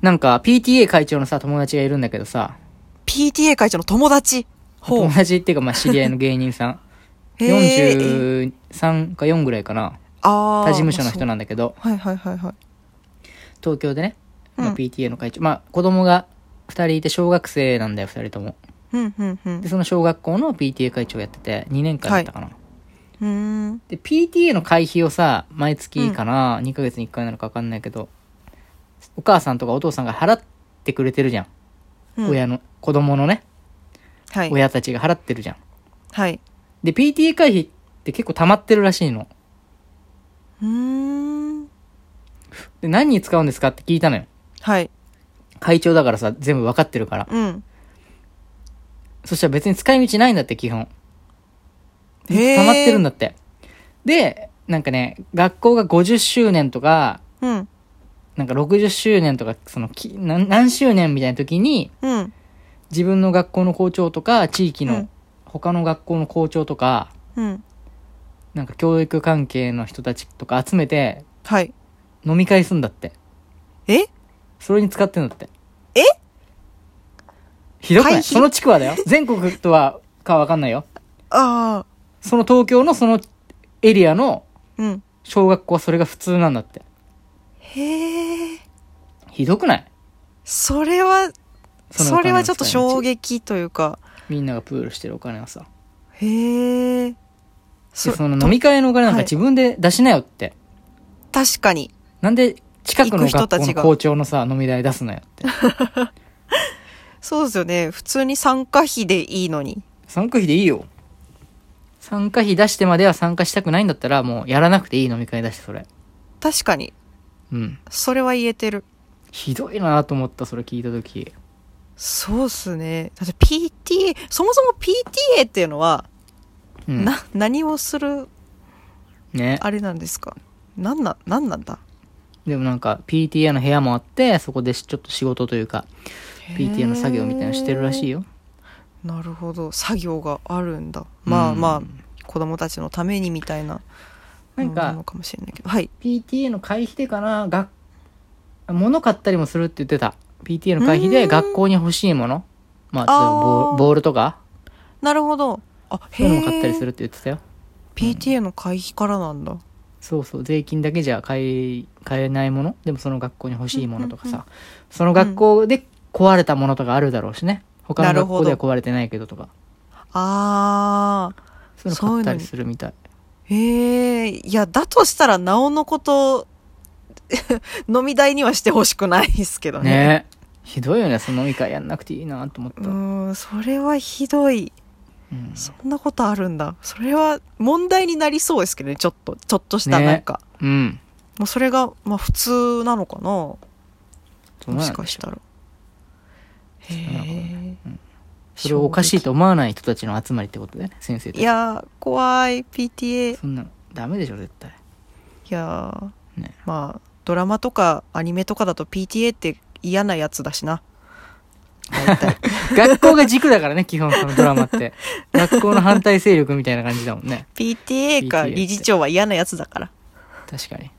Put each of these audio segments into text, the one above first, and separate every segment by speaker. Speaker 1: なんか PTA 会長のさ、友達がいるんだけどさ、
Speaker 2: PTA 会長の友達。ほう
Speaker 1: 友。達っていうかまあ知り合いの芸人さん。
Speaker 2: へー。
Speaker 1: 43か4ぐらいかな。
Speaker 2: ああ。
Speaker 1: 他事務所の人
Speaker 2: ま
Speaker 1: なんだけど
Speaker 2: あ、そうはいはいはいはい。
Speaker 1: 東京でね、まあ
Speaker 2: うん
Speaker 1: PTA の会長。まあ子供が2人いて小学生なんだよ、2人とも。
Speaker 2: うんうんうん。
Speaker 1: で、
Speaker 2: う
Speaker 1: その小学校の PTA 会長やってて、2年間だったかな。
Speaker 2: ーん。
Speaker 1: で、PTA の会費をさ、毎月かな、2ヶ月に1回なのか分かんないけど、お母さんとかお父さんが払ってくれてるじゃん。
Speaker 2: うん
Speaker 1: 親の、子供のね、
Speaker 2: はい。
Speaker 1: 親たちが払ってるじゃん。
Speaker 2: はい。
Speaker 1: で、PTA 会費って結構溜まってるらしいの。
Speaker 2: うーん。
Speaker 1: で、何に使うんですかって聞いたのよ。
Speaker 2: はい。
Speaker 1: 会長だからさ、全部分かってるから。
Speaker 2: うん。
Speaker 1: そしたら別に使い道ないんだって、基本。
Speaker 2: へ
Speaker 1: 溜まってるん
Speaker 2: だ。
Speaker 1: だって。で、なんかね、学校が50周年とか、
Speaker 2: うん。
Speaker 1: なんか60周年とか、そのき、何何周年みたいな時に、
Speaker 2: うん。
Speaker 1: 自分の学校の校長とか、地域
Speaker 2: う
Speaker 1: の
Speaker 2: ん、
Speaker 1: 他の学校の校長とか、
Speaker 2: うん。
Speaker 1: なんか教育関係の人たちとか集めて、
Speaker 2: はい。
Speaker 1: 飲み会すんだって。
Speaker 2: え
Speaker 1: それに使ってんだって。
Speaker 2: え
Speaker 1: ひどくな
Speaker 2: 会
Speaker 1: い
Speaker 2: 費
Speaker 1: その地区 はだよ。全国とは、かわかんないよ。
Speaker 2: ああ。
Speaker 1: その東京のそのエリアの
Speaker 2: うん。
Speaker 1: 小学校はそれが普通なんだって。
Speaker 2: へえ。
Speaker 1: ひどくない
Speaker 2: それは、
Speaker 1: の
Speaker 2: そ
Speaker 1: お金
Speaker 2: れ
Speaker 1: の
Speaker 2: は
Speaker 1: 使い
Speaker 2: ちょっと
Speaker 1: 道
Speaker 2: 衝撃というか。
Speaker 1: みんながプールしてるお金はさ。
Speaker 2: へえ。そ
Speaker 1: で、その飲み会のお金なんか自分で出しなよって。
Speaker 2: 確かに。
Speaker 1: なんで近く
Speaker 2: 行
Speaker 1: の
Speaker 2: く人
Speaker 1: 学
Speaker 2: た
Speaker 1: 校
Speaker 2: ち
Speaker 1: の
Speaker 2: が
Speaker 1: 校長のさ、飲み代出すなよって。
Speaker 2: そうですよね。普通に参加費でいいのに。
Speaker 1: 参加費でいいよ。参加費出してまでは参加したくないんだったら、もうやらなくていい飲み会出して、それ。
Speaker 2: 確かに。
Speaker 1: うん。
Speaker 2: それは言えてる。
Speaker 1: ひどいなと思った、それ聞いたとき。
Speaker 2: そうっすね。だって PTA、そもそも PTA っていうのは、
Speaker 1: うん。
Speaker 2: な、何をする、
Speaker 1: ね。
Speaker 2: あれなんですかなんな、なんなんだ
Speaker 1: でもなんか、PTA の部屋もあって、そこでしちょっと仕事というか、PTA の作業みたいなのしてるらしい
Speaker 2: よ。
Speaker 1: よ。
Speaker 2: なるほど。作業があるんだ。まあ
Speaker 1: うん
Speaker 2: まあ、子供たちのためにみたいな、
Speaker 1: なん
Speaker 2: なの
Speaker 1: か、
Speaker 2: かもしれないけど。はい。
Speaker 1: PTA の会費でかな、学、物買ったりもするって言ってた。PTA の会費で学校に欲しいもの。まあ、例えばボ
Speaker 2: あ
Speaker 1: ー
Speaker 2: ー
Speaker 1: ボールとか、
Speaker 2: なるほど。あ、
Speaker 1: そ
Speaker 2: へ
Speaker 1: ういう
Speaker 2: え。
Speaker 1: のも買ったりするって言ってたよ。
Speaker 2: PTA の会費からなんだ。
Speaker 1: そうそう、税金だけじゃ買え、買えないものでもその学校に欲しいものとかさ、その学校で壊れたものとかあるだろうしね。他の
Speaker 2: なる
Speaker 1: 学校
Speaker 2: ほど
Speaker 1: では壊れてないけどとか、
Speaker 2: あー。
Speaker 1: そういうの買ったりするみたい。
Speaker 2: へえ、いや、だとしたら、なおのこと、 飲み代にはしてほしくないですけどね。
Speaker 1: ねひどいよね、その飲み会やんなくていいなと思っ
Speaker 2: う
Speaker 1: た。
Speaker 2: ーん、それはひどい。
Speaker 1: うん
Speaker 2: そんなことあるんだ。それは問題になりそうですけどね、ちょっと、ちょっとした
Speaker 1: ね
Speaker 2: なんか。
Speaker 1: うん。
Speaker 2: もうそれが、まあ普通なのかな。
Speaker 1: どう
Speaker 2: も
Speaker 1: な
Speaker 2: し
Speaker 1: んで
Speaker 2: か
Speaker 1: しょ
Speaker 2: し
Speaker 1: う
Speaker 2: たら。へ
Speaker 1: うなのか
Speaker 2: え。
Speaker 1: それをおかしいと思わない人たちの集まりってことだよね、先生た
Speaker 2: い
Speaker 1: ち。
Speaker 2: やー、怖い、PTA。い
Speaker 1: そんなの、ダメでしょ、絶対。
Speaker 2: やー、
Speaker 1: ね
Speaker 2: まあ、ドラマとかアニメとかだと PTA って嫌なやつだしな。大 体。
Speaker 1: 学校が軸だからね、基本、そのドラマ って。学校の反対勢力みたいな感じだもんね。
Speaker 2: PTA か
Speaker 1: PTA
Speaker 2: 理事長は嫌なやつだから。
Speaker 1: 確かに。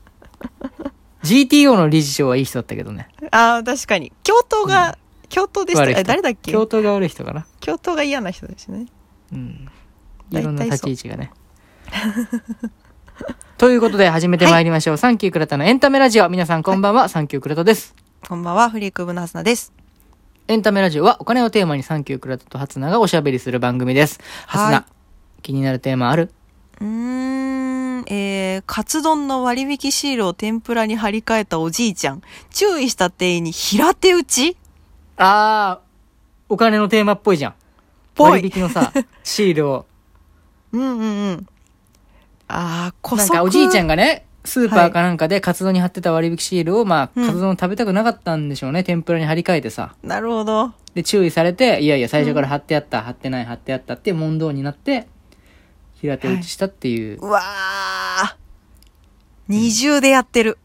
Speaker 1: GTO の理事長はいい人だったけどね。
Speaker 2: ああ、確かに。教頭が、教頭でした
Speaker 1: 悪い人
Speaker 2: え誰だっけ
Speaker 1: 教頭が悪い人かな。
Speaker 2: 教頭が嫌な人ですね。
Speaker 1: うん。い
Speaker 2: 大体そう
Speaker 1: ろんな立ち位置がね。 ということで始めてまいりましょう。サンキュークラタのエンタメラジオ。皆さんこんばんは、サンキュークラタです。
Speaker 2: こんばんは、フリークーブのはずなです。
Speaker 1: エンタメラジオはお金をテーマにサンキュークラタとハツナがおしゃべりする番組です。ハツ
Speaker 2: は
Speaker 1: ナ、気になるテーマある
Speaker 2: うーん、えー、カツ丼の割引シールを天ぷらに貼り替えたおじいちゃん。注意した店員に平手打ち
Speaker 1: あー、お金のテーマっぽいじゃん。
Speaker 2: ぽい
Speaker 1: 割引のさ、 シールを。
Speaker 2: うんうんうん。ああ、こ
Speaker 1: なん
Speaker 2: そく
Speaker 1: かおじいちゃんがね、スーパーかなんかでカツ丼に貼ってた割引シールを、まあ、
Speaker 2: うん
Speaker 1: カツ丼食べたくなかったんでしょうね。天ぷらに貼り替えてさ。
Speaker 2: なるほど。
Speaker 1: で、注意されて、いやいや、最初から貼ってあった、貼ってない、貼ってあったって問答になって、平手打ちしたっていう。
Speaker 2: うわー。二重でやってる。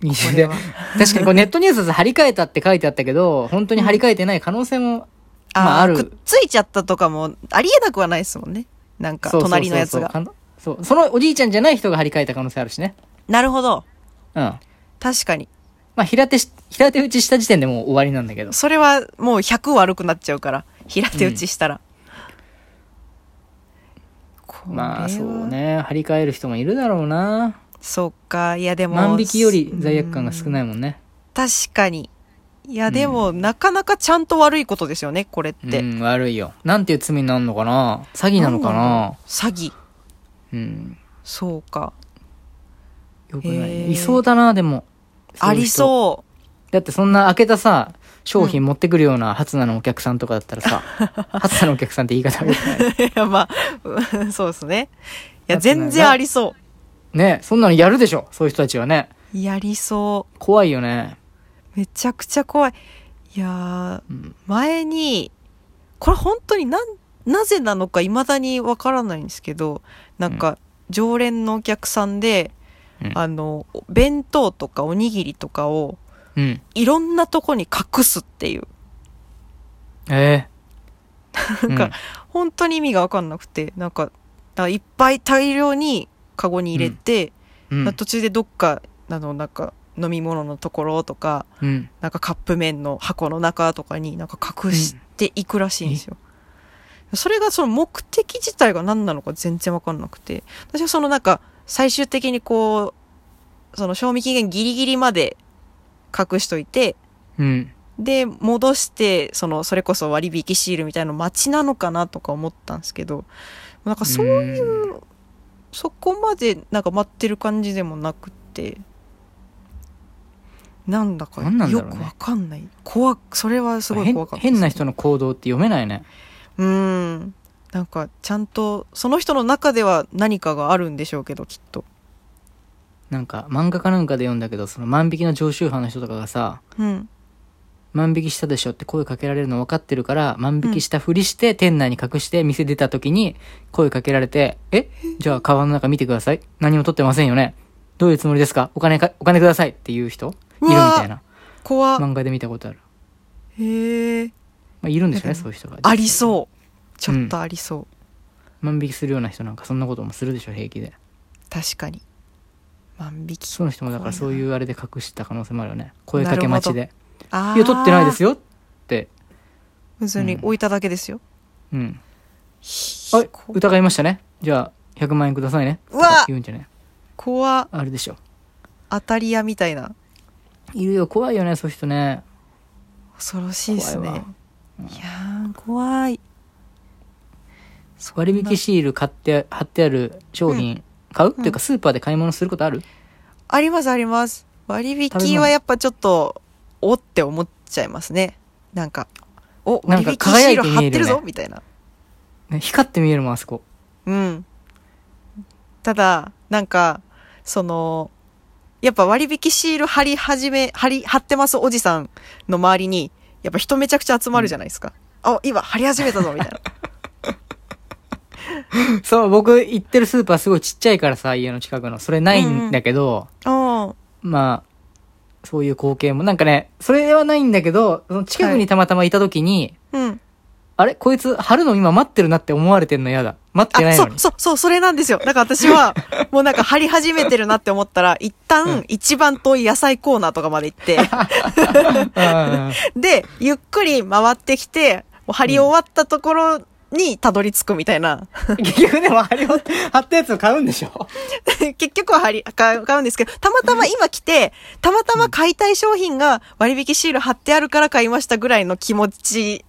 Speaker 1: 二重で
Speaker 2: これは
Speaker 1: 確かにこれネットニュースで貼り替えたって書いてあったけど、本当に貼り替えてない可能性も、まあ、
Speaker 2: ー
Speaker 1: ある。
Speaker 2: くっついちゃったとかも、ありえなくはないですもんね。なんか、
Speaker 1: そうそうそうそう
Speaker 2: 隣のやつが。
Speaker 1: かのそう。そのおじいちゃんじゃない人が貼り替えた可能性あるしね。
Speaker 2: なるほど。
Speaker 1: うん。
Speaker 2: 確かに。
Speaker 1: まあ、平手し、平手打ちした時点でもう終わりなんだけど。
Speaker 2: それはもう100悪くなっちゃうから平手打ちしたら、これは
Speaker 1: まあ、そうね。張り替える人もいるだろうな。
Speaker 2: そうかいやでも
Speaker 1: 万引きより罪悪感が少
Speaker 2: い
Speaker 1: ないもんね。
Speaker 2: 確かにいやでも、なかなかちゃんと悪いことですよねこれっ
Speaker 1: う
Speaker 2: て、
Speaker 1: ん、悪いよ。なんていう罪になるのかな詐欺なのかな
Speaker 2: 詐欺
Speaker 1: うん。
Speaker 2: そうか
Speaker 1: よくない
Speaker 2: へ
Speaker 1: ね。
Speaker 2: ー
Speaker 1: いそうだな、でも。
Speaker 2: あり
Speaker 1: ういう
Speaker 2: そ
Speaker 1: 人。だってそんな開けたさ、商品持ってくるような、ハツナのお客さんとかだったらさ、 ハツナのお客さんって言い方悪くないう
Speaker 2: いや まあ うんそうですねいや
Speaker 1: だってね
Speaker 2: 全然ありそ
Speaker 1: ねそんなのやるでしょ、そういう人たちはね。
Speaker 2: うやりそう
Speaker 1: 怖いよね。
Speaker 2: めちゃくちゃ怖い。いやー、
Speaker 1: うん
Speaker 2: 前に、これ本当になん、なぜなのか未だにわからないんですけど、なんか、常連のお客さんで、
Speaker 1: うん
Speaker 2: あの、弁当とかおにぎりとかを、
Speaker 1: うん。
Speaker 2: いろんなとこに隠すっていう、
Speaker 1: ええ
Speaker 2: なんか、本当に意味がわかんなくて、なんか、なんかいっぱい大量にカゴに入れて、
Speaker 1: うん。
Speaker 2: 途中でどっか、あの、なんか、飲み物のところとか、
Speaker 1: うん。
Speaker 2: なんかカップ麺の箱の中とかになんか隠していくらしいんですよ。それがその目的自体が何なのか全然わかんなくて。私はそのなんか最終的にこう、その賞味期限ギリギリまで隠しといて、
Speaker 1: うん。
Speaker 2: で、戻して、その、それこそ割引シールみたいなの待ちなのかなとか思ったんですけど、なんかそういう、そこまでなんか待ってる感じでもなくて、なんだか
Speaker 1: なんなんだ
Speaker 2: よ
Speaker 1: ろうね
Speaker 2: くわかんない。怖く、それはすごい怖かったです
Speaker 1: 変。変な人の行動って読めないね。
Speaker 2: うん。なんか、ちゃんと、その人の中では何かがあるんでしょうけど、きっと。
Speaker 1: なんか、漫画かなんかで読んだけど、その万引きの常習犯の人とかがさ、
Speaker 2: うん。
Speaker 1: 万引きしたでしょって声かけられるの分かってるから、万引きしたふりして、店内に隠して、店出た時に声かけられて、えじゃあ、カバンの中見てください。何も取ってませんよね。どういうつもりですかお金か、お金くださいっていう人いるみたいな。
Speaker 2: 怖っ
Speaker 1: 漫画で見たことある。
Speaker 2: へえ。
Speaker 1: まあ、いるんでしょう
Speaker 2: なん
Speaker 1: ね、
Speaker 2: か
Speaker 1: そういう人が。
Speaker 2: ありそう。ちょっとありそう。
Speaker 1: う。万引きするような人なんか、そんなこともするでしょ、平気で。
Speaker 2: 確かに。万引き
Speaker 1: そ。の人もだからそういうあれで隠してた可能性もあるよね。声か
Speaker 2: なる
Speaker 1: け
Speaker 2: ほど
Speaker 1: 待ちで。
Speaker 2: ああ。
Speaker 1: いや、取ってないですよって。
Speaker 2: 普通に置いただけですよ。
Speaker 1: うん。あれ
Speaker 2: こ
Speaker 1: 疑いましたね。じゃあ、100万円くださいね。
Speaker 2: うわ
Speaker 1: とか言うんじゃない
Speaker 2: 怖っ
Speaker 1: あれでしょ。
Speaker 2: 当たり屋みたいな。
Speaker 1: いるよ、怖いよね、そういう人ね。
Speaker 2: 恐ろしいですね。い
Speaker 1: 怖い
Speaker 2: や
Speaker 1: わ
Speaker 2: ー、怖い。
Speaker 1: 割引シール買って、貼ってある商品、買う、っていうか、スーパーで買い物することある
Speaker 2: ありますあります。割引はやっぱちょっと、おって思っちゃいますね。なんか、お、
Speaker 1: な
Speaker 2: 割
Speaker 1: ん
Speaker 2: 引
Speaker 1: か
Speaker 2: シール
Speaker 1: 輝いて見えるよね
Speaker 2: 貼ってるぞみたいな。
Speaker 1: ね、光って見えるもん、あそこ。
Speaker 2: うん。ただ、なんか、その、やっぱ割引シール貼り始め、貼り、貼ってますおじさんの周りに、やっぱ人めちゃくちゃ集まるじゃないですか。あ、今貼り始めたぞみたいな。
Speaker 1: そう、僕行ってるスーパーすごいちっちゃいからさ、家の近くの。それないんだけど、
Speaker 2: うん。
Speaker 1: まあ、そういう光景も、なんかね、それはないんだけど、その近くにたまたまいた時に、
Speaker 2: うん。
Speaker 1: あれこいつ、貼るの今待ってるなって思われてんの嫌だ。待って
Speaker 2: あ、
Speaker 1: ない
Speaker 2: そ
Speaker 1: の
Speaker 2: う
Speaker 1: に、。
Speaker 2: そう、そう、それなんですよ。だから私 は、もうなんか貼り始めてるなって思ったら、一
Speaker 1: う
Speaker 2: 旦
Speaker 1: ん、
Speaker 2: 一番遠い野菜コーナーとかまで 行って、
Speaker 1: うんうん
Speaker 2: で、ゆっくり回ってきて、もう貼り終わったところにたどり着くみたいな。
Speaker 1: うん結局でも貼りを、貼ったやつを買うんでしょ
Speaker 2: 結局は貼り、買う買うんですけど、たまたま今来て、たまたま買いたい商品が割引シール貼ってあるから買いましたぐらいの気持ち、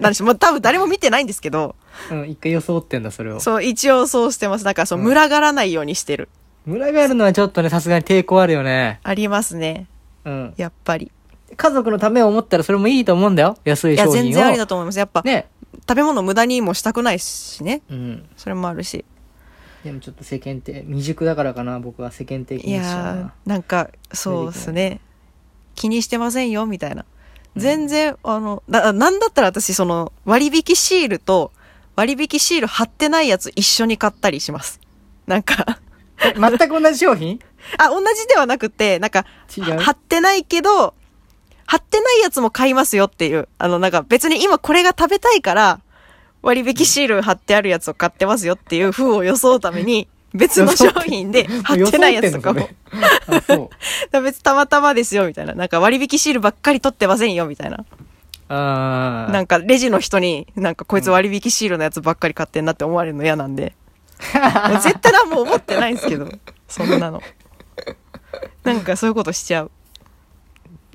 Speaker 2: な んでしょう。まあ、多分誰も見てないんですけど、
Speaker 1: うん、一回装ってんだ、それを。
Speaker 2: そう、一応そうしてます。だから、そう、
Speaker 1: うん
Speaker 2: 群がらないようにしてる。
Speaker 1: 群がるのはちょっとね、さすがに抵抗あるよね。
Speaker 2: ありますね。
Speaker 1: うん。
Speaker 2: やっぱり。
Speaker 1: 家族のためを思ったらそれもいいと思うんだよ。安
Speaker 2: い
Speaker 1: い
Speaker 2: や、
Speaker 1: 商
Speaker 2: 全
Speaker 1: 品
Speaker 2: 然あり
Speaker 1: を。
Speaker 2: だと思います。やっぱ、
Speaker 1: ね。
Speaker 2: 食べ物無駄にもしたくないしね。
Speaker 1: うん。
Speaker 2: それもあるし。
Speaker 1: でもちょっと世間って、未熟だからかな、僕は世間的
Speaker 2: い
Speaker 1: にしちゃう
Speaker 2: や
Speaker 1: な。
Speaker 2: ーなんかそうですね気にしてませんよみたいな全然、あのななんだったら私その割引シールと割引シール貼ってないやつ一緒に買ったりしますなんか
Speaker 1: え全く同じ商品
Speaker 2: あ同じではなくてなんか
Speaker 1: 違う。
Speaker 2: 貼ってないけど貼ってないやつも買いますよっていうあのなんか別に今これが食べたいから割引シール貼ってあるやつを買ってますよっていう風を装うために別の商品 で貼ってないやつとかも。
Speaker 1: 予想店のそれあ、そう。
Speaker 2: 別たまたまですよ、みたいな。なんか割引シールばっかり取ってませんよ、みたいな。
Speaker 1: あー
Speaker 2: なんかレジの人に、なんかこいつ割引シールのやつばっかり買ってんなって思われるの嫌なんで。 絶対何も思ってないんですけど、そんなの。なんかそういうことしちゃう。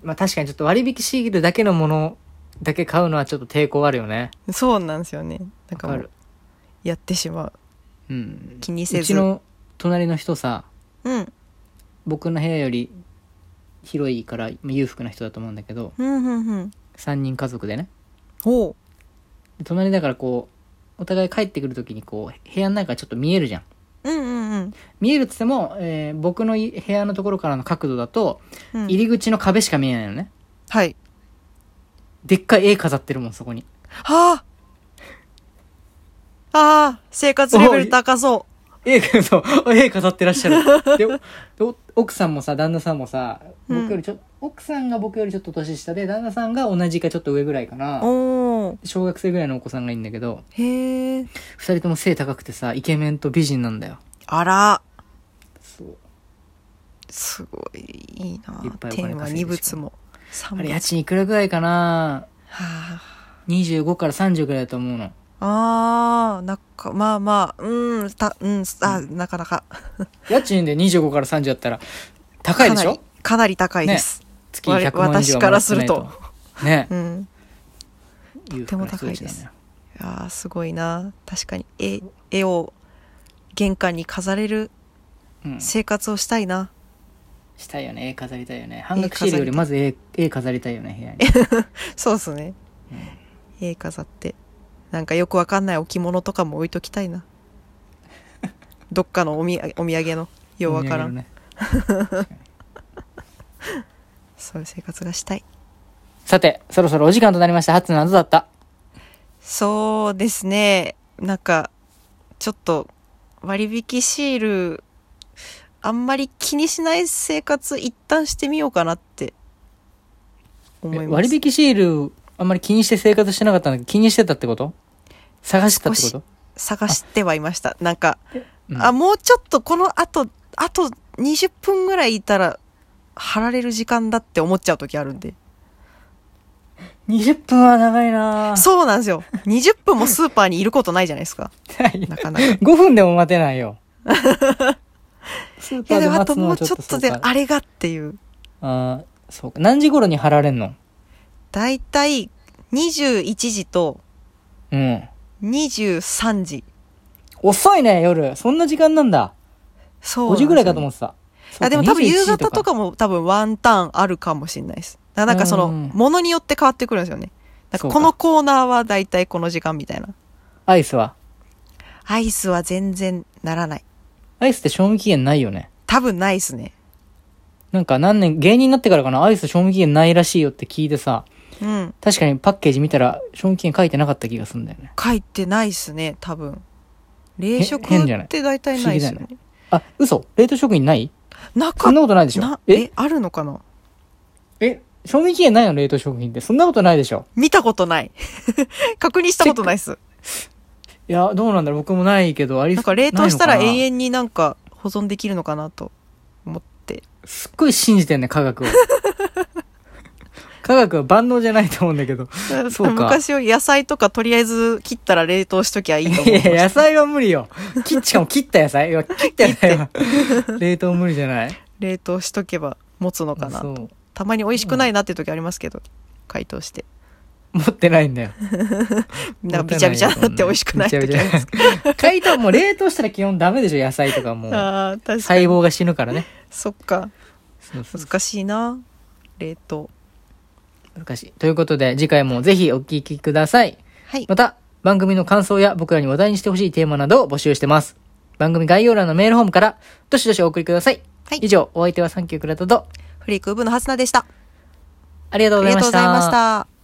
Speaker 1: まあ確かにちょっと割引シールだけのものだけ買うのはちょっと抵抗あるよね。
Speaker 2: そうなんですよね。なんかも
Speaker 1: わか
Speaker 2: う
Speaker 1: る、
Speaker 2: やってしまう。
Speaker 1: うん。
Speaker 2: 気にせ
Speaker 1: うち
Speaker 2: ず。
Speaker 1: の隣の人さ、
Speaker 2: うん。
Speaker 1: 僕の部屋より広いからまあ裕福な人だと思うんだけど、
Speaker 2: うん、うん、うん。
Speaker 1: 3人家族でね。
Speaker 2: おう。
Speaker 1: で隣だからこう、お互い帰ってくるときにこう、部屋の中がちょっと見えるじゃん。
Speaker 2: うん、うん、
Speaker 1: 見えるっつっても、えー僕のい部屋のところからの角度だと、
Speaker 2: うん。
Speaker 1: 入り口の壁しか見えないのね。
Speaker 2: はい。
Speaker 1: でっかい絵飾ってるもん、そこに。
Speaker 2: はあああ、生活レベル高そ
Speaker 1: 絵、そう、絵飾ってらっしゃる。で、お奥さんもさ、旦那さんもさ、
Speaker 2: うん
Speaker 1: 僕よりちょ、奥さんが僕よりちょっと年下で、旦那さんが同じかちょっと上ぐらいか
Speaker 2: う。
Speaker 1: な。
Speaker 2: おお。
Speaker 1: 小学生ぐらいのお子さんがいいんだけど、
Speaker 2: へえ。
Speaker 1: 二人とも背高くてさ、イケメンと美人なんだよ。
Speaker 2: あら、
Speaker 1: そう。
Speaker 2: すごい、いいない
Speaker 1: っぱいお金
Speaker 2: 天は
Speaker 1: 稼
Speaker 2: 二
Speaker 1: いでし
Speaker 2: 物
Speaker 1: ょ
Speaker 2: も。三
Speaker 1: あれ、
Speaker 2: 物。
Speaker 1: 家
Speaker 2: は
Speaker 1: 賃いくらぐらいかな
Speaker 2: あ。
Speaker 1: 25から30ぐらいだと思うの。
Speaker 2: ああ、なんか、まあまあ、うん、た、うん、あ、なかなか。
Speaker 1: 家賃で25から30だったら、高いでしょ
Speaker 2: かなりかなり高いです。
Speaker 1: 月100万円以上
Speaker 2: 私からすると
Speaker 1: はもらってないと。ね。
Speaker 2: うん。
Speaker 1: と
Speaker 2: ても高いですああ、すごいな。確かに、絵、絵を玄関に飾れる
Speaker 1: うん。
Speaker 2: 生活をしたいな。
Speaker 1: したいよね。絵飾りたいよね。半額シールよりまず絵、絵飾りたいよね、部屋に。
Speaker 2: そうですね。絵飾って。なんかよくわかんない置物とかも置いとき たいな。どっかのおみお土産の。ようわからん。
Speaker 1: ね、
Speaker 2: そういう生活がしたい。
Speaker 1: さてそろそろお時間となりました初の謎だった
Speaker 2: そうですね。なんか、ちょっと、割引シール、あんまり気にしない生活一旦してみようかなって思い
Speaker 1: え
Speaker 2: ます。
Speaker 1: 割引シールあんまり気にして生活してなかったんだけど気にしてたってこと探してたってこと
Speaker 2: 探してはいました。なんか、
Speaker 1: うん
Speaker 2: あ、もうちょっとこの後、あと20分ぐらいいたら、貼られる時間だって思っちゃう時あるんで。
Speaker 1: 20分は長いな ぁ
Speaker 2: そうなんですよ。20分もスーパーにいることないじゃないで すか。なかなか。い
Speaker 1: 5分でも待てない よスーパ
Speaker 2: や
Speaker 1: ー
Speaker 2: で
Speaker 1: で
Speaker 2: もあ
Speaker 1: 待つ
Speaker 2: と
Speaker 1: の
Speaker 2: もう
Speaker 1: はち
Speaker 2: ち
Speaker 1: ょっ
Speaker 2: ょ
Speaker 1: と
Speaker 2: っ
Speaker 1: そ
Speaker 2: と
Speaker 1: う
Speaker 2: で、
Speaker 1: か
Speaker 2: あれがっていう。
Speaker 1: あーそうか何時頃に貼られんの
Speaker 2: だいたい21時と
Speaker 1: うん
Speaker 2: 23時。
Speaker 1: 遅いね夜そんな時間なんだ
Speaker 2: そう
Speaker 1: 5時ぐらいかと
Speaker 2: 思
Speaker 1: 思ってたそうか
Speaker 2: あでも多分
Speaker 1: 21
Speaker 2: 夕
Speaker 1: 時
Speaker 2: 方とかも多分ワンターンあるかもしれないです。だからなんかその、
Speaker 1: うん
Speaker 2: ものによって変わってくるんですよね。なん
Speaker 1: そ
Speaker 2: か
Speaker 1: うか
Speaker 2: このコーナーはだいたいこの時間みたいな。
Speaker 1: アイスは
Speaker 2: アイスは全然ならない。
Speaker 1: アイスって賞味期限ないよね
Speaker 2: 多分ないですね。
Speaker 1: なんか何年、芸人になってからかな、アイス賞味期限ないらしいよって聞いてさ、
Speaker 2: うん。
Speaker 1: 確かにパッケージ見たら賞味期限書いてなかった気がするんだよね。
Speaker 2: 書いてないっすね、多分。冷食
Speaker 1: 変じゃない
Speaker 2: って大体ないっすよ
Speaker 1: 不思
Speaker 2: ね。
Speaker 1: あ、嘘冷凍食品ない
Speaker 2: な
Speaker 1: そ
Speaker 2: か
Speaker 1: んなことないでしょ
Speaker 2: な、え
Speaker 1: え、
Speaker 2: あるのかな
Speaker 1: え、賞味期限ないの冷凍食品って。そんなことないでしょ
Speaker 2: 見たことない。 確認したことないっす。
Speaker 1: いや、どうなんだろう僕もないけど、あり
Speaker 2: なんか冷凍したら永
Speaker 1: 遠。
Speaker 2: 遠になんか保存できるのかなと思って。
Speaker 1: すっごい信じてんね、科学を。 科学は万能じゃないと思うんだけど。 そうか
Speaker 2: 昔は野菜とかとりあえず切ったら冷凍しときゃいいと思っ て
Speaker 1: い
Speaker 2: ました
Speaker 1: や、野菜は無理よ。切っちゃう、切った野菜いや 切った野菜は。冷凍無理じゃない
Speaker 2: 冷凍しとけば持つのかな
Speaker 1: そ
Speaker 2: と。
Speaker 1: う。
Speaker 2: たまに美味しくないなって時ありますけど、解凍して。
Speaker 1: 持ってないんだよ。
Speaker 2: なんかびちゃびちゃになって美味しく ない時ありますけ
Speaker 1: 解凍もう冷凍したら基本ダメでしょ野菜とかも
Speaker 2: ど。
Speaker 1: う
Speaker 2: ああ、確か
Speaker 1: 細
Speaker 2: に。
Speaker 1: 胞が死ぬからね
Speaker 2: そっか。
Speaker 1: そうそう
Speaker 2: 難しいな。冷凍。
Speaker 1: 難しいということで次回もぜひお聞きください
Speaker 2: はい。
Speaker 1: また番組の感想や僕らに話題にしてほしいテーマなどを募集してます番組概要欄のメールフォームからどしどしお送りください、
Speaker 2: はい
Speaker 1: 以上お相手はサンキュー倉田と
Speaker 2: フリークウブのハスナでした。
Speaker 1: ありがと
Speaker 2: あ
Speaker 1: うご
Speaker 2: り
Speaker 1: ざいま
Speaker 2: がとうご
Speaker 1: し
Speaker 2: ざいましたた。